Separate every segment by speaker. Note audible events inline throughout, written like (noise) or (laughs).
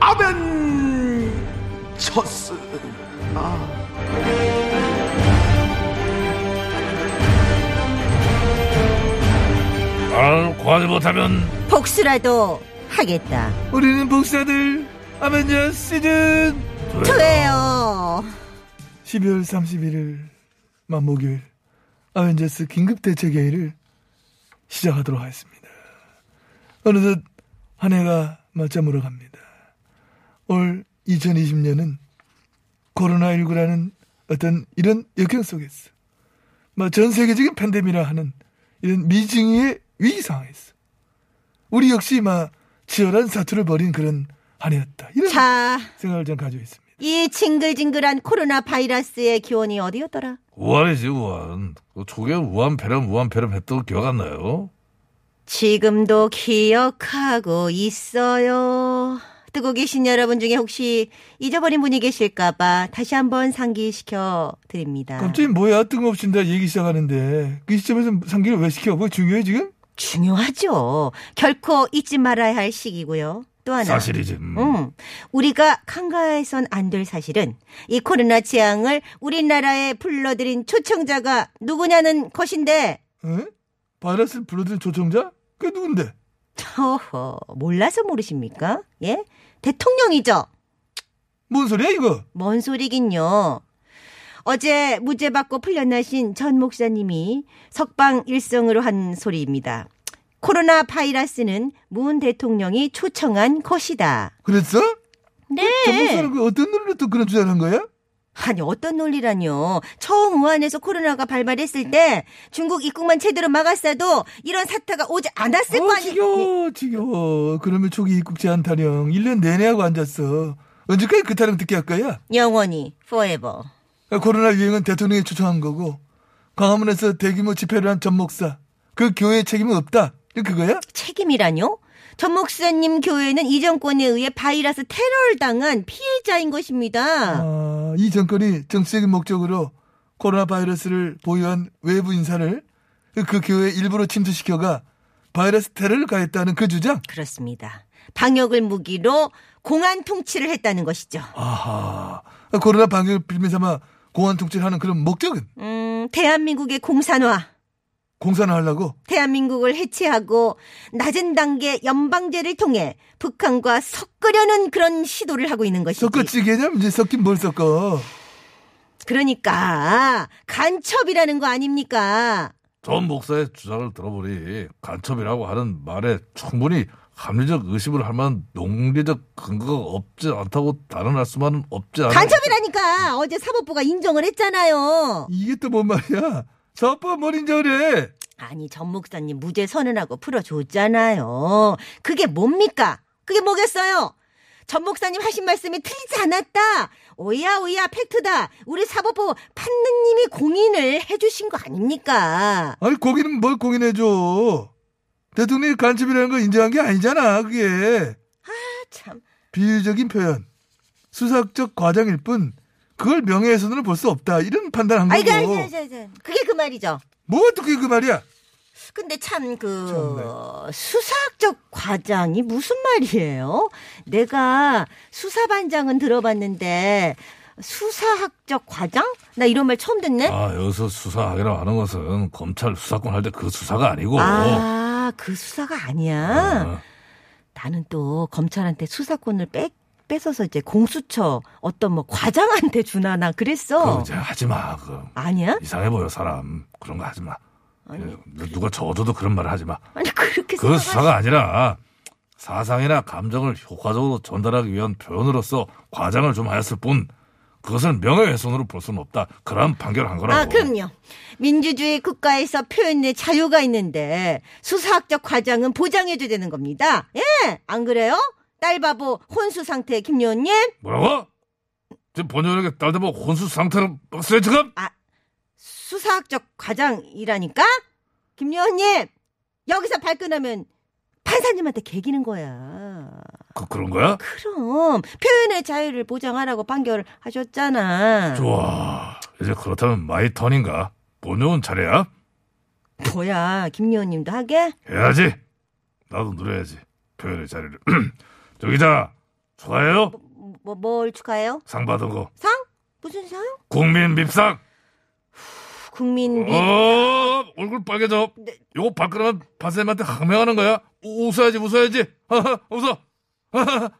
Speaker 1: 아벤처스.
Speaker 2: 아, 과하지 못하면
Speaker 3: 복수라도 하겠다.
Speaker 4: 우리는 복사들 아벤져 시즌
Speaker 3: 저예요.
Speaker 4: 12월 31일 만 목요일 아벤져스 긴급 대책 회의를 시작하도록 하겠습니다. 어느덧 한 해가 맞점으로 갑니다. 올 2020년은 코로나19라는 어떤 이런 역경 속에서 막 전 세계적인 팬데믹이라 하는 이런 미증의 위기 상황에서 우리 역시 막 치열한 사투를 벌인 그런 한 해였다. 이런
Speaker 3: 자,
Speaker 4: 생각을 좀 가지고 있습니다.
Speaker 3: 이 징글징글한 코로나 바이러스의 기원이 어디였더라?
Speaker 2: 우한이지 우한. 그 조개 우한 폐렴 우한 폐렴 했던 기억 안 나요?
Speaker 3: 지금도 기억하고 있어요. 뜨고 계신 여러분 중에 혹시 잊어버린 분이 계실까봐 다시 한번 상기시켜 드립니다.
Speaker 4: 갑자기 뭐야 뜬금없이 나 얘기 시작하는데 그 시점에서 상기를 왜 시켜? 뭐 중요해 지금?
Speaker 3: 중요하죠. 결코 잊지 말아야 할 시기고요. 또 하나.
Speaker 2: 사실이지. 음.
Speaker 3: 음, 우리가 칸가에선 안 될 사실은 이 코로나 재앙을 우리나라에 불러들인 초청자가 누구냐는 것인데,
Speaker 4: 응? 바이러스를 불러들인 조청자? 그게 누군데?
Speaker 3: 허허, 몰라서 모르십니까? 예? 대통령이죠?
Speaker 4: 뭔 소리야 이거?
Speaker 3: 뭔 소리긴요. 어제 무죄 받고 풀려나신 전 목사님이 석방 일성으로 한 소리입니다. 코로나 바이러스는 문 대통령이 초청한 것이다.
Speaker 4: 그랬어?
Speaker 3: 네.
Speaker 4: 전문사는 그 어떤 논리로 또 그런 주장을 한 거야? 어,
Speaker 3: 아니 어떤 논리라뇨. 처음 우한에서 코로나가 발발했을 때 중국 입국만 제대로 막았어도 이런 사태가 오지 않았을 거
Speaker 4: 어,
Speaker 3: 아니에요.
Speaker 4: 지겨워 지겨워 그러면 초기 입국 제한 타령 1년 내내 하고 앉았어 언제까지 그 타령 듣게 할 거야? 그러니까
Speaker 3: 영원히 forever.
Speaker 4: 코로나 유행은 대통령이 초청한 거고 광화문에서 대규모 집회를 한 전 목사 그 교회 책임은 없다 그거야?
Speaker 3: 책임이라뇨? 전 목사님 교회는 이 정권에 의해 바이러스 테러를 당한 피해자인 것입니다.
Speaker 4: 아, 이 정권이 정치적인 목적으로 코로나 바이러스를 보유한 외부 인사를 그 교회에 일부러 침투시켜가 바이러스 테러를 가했다는 그 주장?
Speaker 3: 그렇습니다. 방역을 무기로 공안 통치를 했다는 것이죠.
Speaker 4: 아하. 코로나 방역을 빌미삼아 공안 통치를 하는 그런 목적은
Speaker 3: 음, 대한민국의 공산화,
Speaker 4: 공산을 하려고?
Speaker 3: 대한민국을 해체하고 낮은 단계 연방제를 통해 북한과 섞으려는 그런 시도를 하고 있는 것이지.
Speaker 4: 섞어찌개냐면 이제 섞긴 뭘 섞어.
Speaker 3: 그러니까 간첩이라는 거 아닙니까?
Speaker 2: 전 목사의 주장을 들어보니 간첩이라고 하는 말에 충분히 합리적 의심을 할 만한 논리적 근거가 없지 않다고 단언할 수만은 없지 않아.
Speaker 3: 간첩이라니까 어제 사법부가 인정을 했잖아요.
Speaker 4: 이게 또 뭔 말이야? 사업부가 뭘 인정을 해?
Speaker 3: 아니 전 목사님 무죄 선언하고 풀어줬잖아요. 그게 뭡니까? 그게 뭐겠어요? 전 목사님 하신 말씀이 틀리지 않았다. 오야 오야 팩트다. 우리 사법부 판느님이 공인을 해주신 거 아닙니까?
Speaker 4: 아니 공인은 뭘 공인해줘? 대통령이 간첩이라는 걸 인정한 게 아니잖아 그게.
Speaker 3: 아, 참.
Speaker 4: 비유적인 표현, 수사적 과장일 뿐 그걸 명예훼손으로 볼 수 없다 이런 판단한
Speaker 3: 아이고,
Speaker 4: 거고.
Speaker 3: 그러니까 아이고, 아이고, 아이고. 그게 그 말이죠.
Speaker 4: 뭐 어떻게 그 말이야?
Speaker 3: 근데 참 그
Speaker 4: 정말.
Speaker 3: 수사학적 과장이 무슨 말이에요? 내가 수사반장은 들어봤는데 수사학적 과장? 나 이런 말 처음 듣네.
Speaker 2: 아, 여기서 수사하기라고 하는 것은 검찰 수사권 할 때 그 수사가 아니고.
Speaker 3: 아, 그 수사가 아니야.
Speaker 2: 아,
Speaker 3: 나는 또 검찰한테 수사권을 뺏, 뺏어서 이제 공수처 어떤 뭐 과장한테 주나 나
Speaker 2: 그거
Speaker 3: 그랬어.
Speaker 2: 이제 하지 마. 그
Speaker 3: 아니야?
Speaker 2: 이상해 보여 사람. 그런 거 하지 마.
Speaker 3: 아니,
Speaker 2: 누가 저어줘도 그런 말을 하지 마.
Speaker 3: 아니 그렇게
Speaker 2: 그
Speaker 3: 생각하지.
Speaker 2: 수사가 아니라 사상이나 감정을 효과적으로 전달하기 위한 표현으로서 과장을 좀 하였을 뿐 그것을 명예훼손으로 볼 수는 없다. 그런 판결을 한 거라고.
Speaker 3: 아, 그럼요. 민주주의 국가에서 표현의 자유가 있는데 수사학적 과장은 보장해줘야 되는 겁니다. 예, 안 그래요? 딸바보 혼수 상태 김요원님
Speaker 2: 뭐라고? 지금 본연에게 딸대보 혼수 상태로 박스에 지금?
Speaker 3: 수사학적 과장이라니까? 김요원님 여기서 발끈하면 판사님한테 개기는 거야.
Speaker 2: 그, 그런 거야?
Speaker 3: 그럼 표현의 자유를 보장하라고 판결을 하셨잖아.
Speaker 2: 좋아. 이제 그렇다면 마이 턴인가? 본요원 차례야?
Speaker 3: 뭐야 김요원님도 하게?
Speaker 2: 해야지. 나도 누려야지. 표현의 자리를. (clears throat) 저기자, 좋아요?
Speaker 3: 뭐, 뭘 축하해요?
Speaker 2: 상 받은 거.
Speaker 3: 상? 무슨 상?
Speaker 2: 국민 밉상.
Speaker 3: 국민 미...
Speaker 2: 어, 얼굴 빨개져. 요거 발끈하면 반쌤한테 항명하는 거야. 우- 웃어야지, 웃어야지. 하하, 웃어. 하하,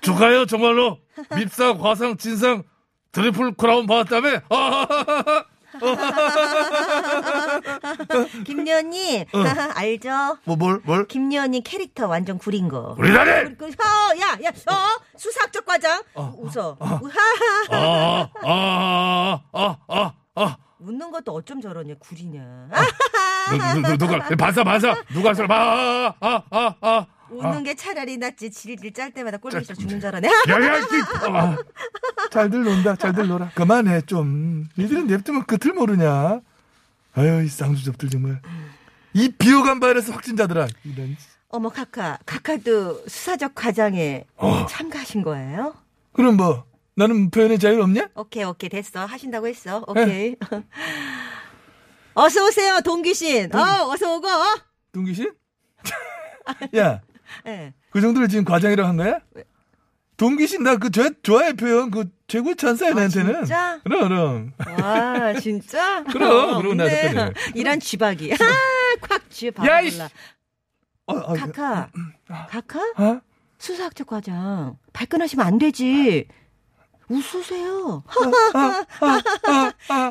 Speaker 2: 축하해요, 정말로. 밉상, 화상, 진상, 트리플 크라운 받았다며. 아하하하.
Speaker 3: 김요원님 (laughs) 알죠?
Speaker 2: 뭐, 뭘, 뭘?
Speaker 3: 김요원님 캐릭터 완전 구린 거.
Speaker 2: 우리 다리!
Speaker 3: 그, 어, 야, 야, 어, 수사학적 과장 웃어. 우하하.
Speaker 2: 아, 아, 아, 아, 아, 아.
Speaker 3: 웃는 것도 어쩜 저러냐 구리냐.
Speaker 2: 누, 누, 누, 누가 반사 반사 누가 할 사람 아아아아
Speaker 3: 웃는 게 차라리 낫지 질질 짤 때마다 꼴보기 싫어
Speaker 2: 짤-
Speaker 3: 죽는 줄 알아네.
Speaker 2: 야야 아,
Speaker 4: 잘들 논다, 잘들 놀아. 그만해, 좀. 니들은 냅두면 끝을 모르냐. 아유, 이 쌍수접들 정말. 이 비호감 바이러스 확진자들아. 이런.
Speaker 3: 어머 카카 카카도 수사적 과장에
Speaker 4: 어.
Speaker 3: 참가하신 거예요?
Speaker 4: 그럼 뭐, 나는 표현의 자유 없냐?
Speaker 3: 오케이 오케이 됐어 하신다고 했어
Speaker 4: 네.
Speaker 3: 오케이. (laughs) 어서 오세요 동기신. 어 어서 오고. 어?
Speaker 4: 동기신? (laughs) 야,
Speaker 3: 예.
Speaker 4: 그 정도를 지금 과장이라고 한 거야? 동기신, 나 그 좋아해 표현, 그 최고의 찬사야, 나한테는.
Speaker 3: 아, 진짜?
Speaker 4: 그럼, 그럼.
Speaker 3: 와 진짜?
Speaker 4: (laughs) 그럼, 그러고 나서
Speaker 3: 근데
Speaker 4: 끝내.
Speaker 3: 이런 쥐박이. (laughs) 아, 콱 쥐박.
Speaker 4: 야, 이씨. 어, 어,
Speaker 3: 카카 카카
Speaker 4: 어?
Speaker 3: 수사학적 과장 발끈하시면 안 되지. (laughs) 웃으세요.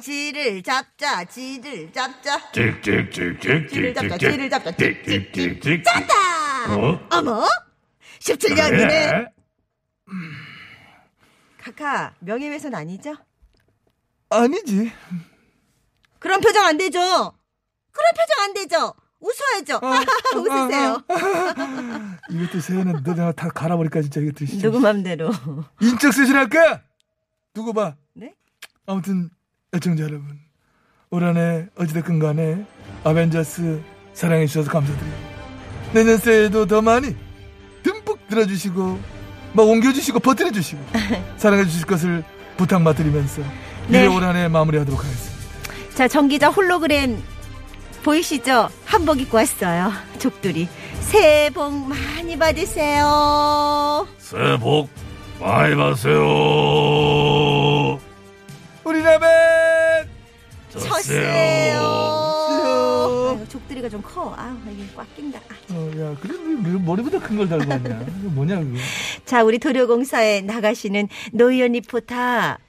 Speaker 3: 지를 잡자, 지를 잡자. 쥐를 잡자, 쥐를 잡자, 쥐쥐쥐 잡자. 어머, 17년이네. 카카 명예훼손 아니죠?
Speaker 4: 아니지.
Speaker 3: 그런 표정 안 되죠. 그런 표정 안 되죠. 웃어야죠. (laughs) 어, 웃으세요.
Speaker 4: 이것도 세연은 너네가 다 갈아버릴까, 진짜. 이것도. 진짜.
Speaker 3: 누구 맘대로.
Speaker 4: 인적 쇄신할까? 두고 봐.
Speaker 3: 네?
Speaker 4: 아무튼 애청자 여러분 올 한해 어찌됐건 간에 아벤져스 사랑해 주셔서 감사드립니다 내년 새해에도 더 많이 듬뿍 들어주시고 막 옮겨주시고
Speaker 3: (laughs)
Speaker 4: 버텨주시고 사랑해 주실 것을 부탁드리면서
Speaker 3: 네.
Speaker 4: 이제 올 한해 마무리하도록 하겠습니다
Speaker 3: 자, 정기자 홀로그램 보이시죠? 한복 입고 왔어요. 족두리. 새해 복 많이 받으세요.
Speaker 2: 새해 복 많이 받으세요
Speaker 4: 우리 라벤
Speaker 3: 쳤어요. 아이고, 족두리가 좀 커. 아, 이게 꽉 낀다. 아.
Speaker 4: 어, 야 그래 왜 머리보다 큰 걸 달고 왔냐 이거 뭐냐 이거
Speaker 3: 자, 우리 도료공사에 나가시는 노희연 리포터.